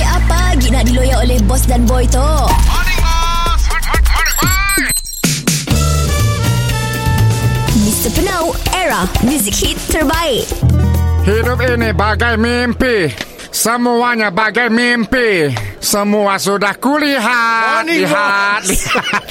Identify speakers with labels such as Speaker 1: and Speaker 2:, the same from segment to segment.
Speaker 1: lagi nak diloyak oleh bos dan boy tu. Mr. Penau, era music hit terbaik.
Speaker 2: Hidup ini bagai mimpi Semuanya bagai mimpi Semua sudah kulihat
Speaker 3: Morning,
Speaker 2: Lihat
Speaker 3: boss.
Speaker 2: lihat.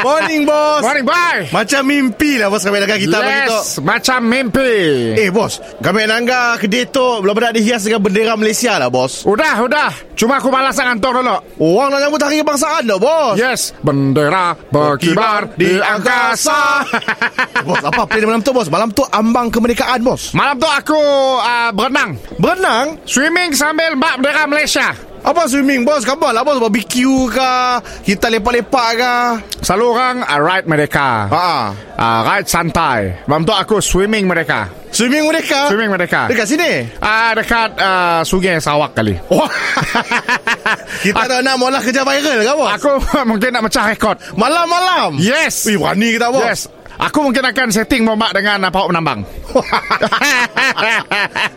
Speaker 3: Morning, boss.
Speaker 2: Morning boy
Speaker 3: Macam mimpi lah, bos, kami dengan kita pagi tu.
Speaker 2: Yes Macam mimpi
Speaker 3: Eh, bos. Kami nangga kedai tu, budak-budak dihias dengan bendera Malaysia lah, bos.
Speaker 2: Udah udah Cuma aku balas dengan Anton dulu
Speaker 3: Orang nak nyambut hari kebangsaan dah, bos.
Speaker 2: Yes Bendera berkibar Ya, di angkasa
Speaker 3: bos, apa plan malam tu, bos? Malam tu ambang kemerdekaan, bos.
Speaker 2: Malam tu aku uh, berenang
Speaker 3: Berenang?
Speaker 2: Swimming sambil bak bendera Malaysia
Speaker 3: Apa swimming, bos? Kabar lah, bos. Barbecue ke? Kita lepak-lepak ke?
Speaker 2: Selalu orang uh, ride mereka
Speaker 3: Ha.
Speaker 2: uh, Ride santai Malam tu aku swimming mereka
Speaker 3: Swimming mereka?
Speaker 2: Swimming mereka
Speaker 3: Dekat sini?
Speaker 2: Ah uh, dekat uh, sungai Sawak kali.
Speaker 3: Wah. Kita dah nak mula kerja viral ke, bos?
Speaker 2: Aku mungkin nak mecah rekod.
Speaker 3: Malam-malam?
Speaker 2: Yes.
Speaker 3: Wih, berani kita, bos.
Speaker 2: Yes. Aku mungkin akan setting bombak dengan uh, Pak Menambang.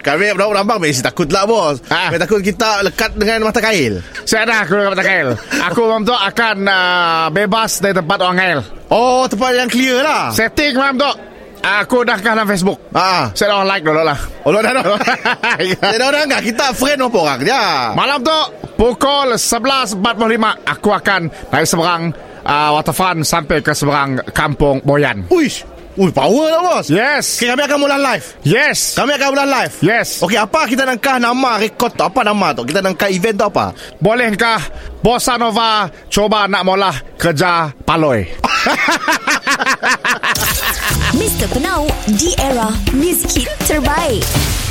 Speaker 3: Kami berapa rambang Mesti takut lah bos
Speaker 2: Ah.
Speaker 3: ha. takut kita lekat dengan mata kail
Speaker 2: Saya dah aku dapat kail. Aku malam tu akan uh, bebas dari tempat orang kail.
Speaker 3: Oh tempat yang clear lah
Speaker 2: Setting malam tu aku dah kah dalam Facebook.
Speaker 3: Ah,
Speaker 2: Saya dah orang like dulu lah.
Speaker 3: Oh dah dah Dia dah orang Eh, enggak Kita friend berapa orang Ya. je
Speaker 2: malam tu pukul 11.45 aku akan naik seberang uh, waterfront sampai ke seberang kampung Boyan.
Speaker 3: Uish Ui power lah bos
Speaker 2: Yes.
Speaker 3: okay, Kami akan mula live
Speaker 2: Yes.
Speaker 3: Kami akan mula live
Speaker 2: Yes.
Speaker 3: Okey apa kita nangkah nama rekod tu Apa nama tu Kita nangkah event tu apa
Speaker 2: Bolehkah Bossa Nova cuba nak mula kerja paloi?
Speaker 1: Mr. Penau, di era music hit terbaik.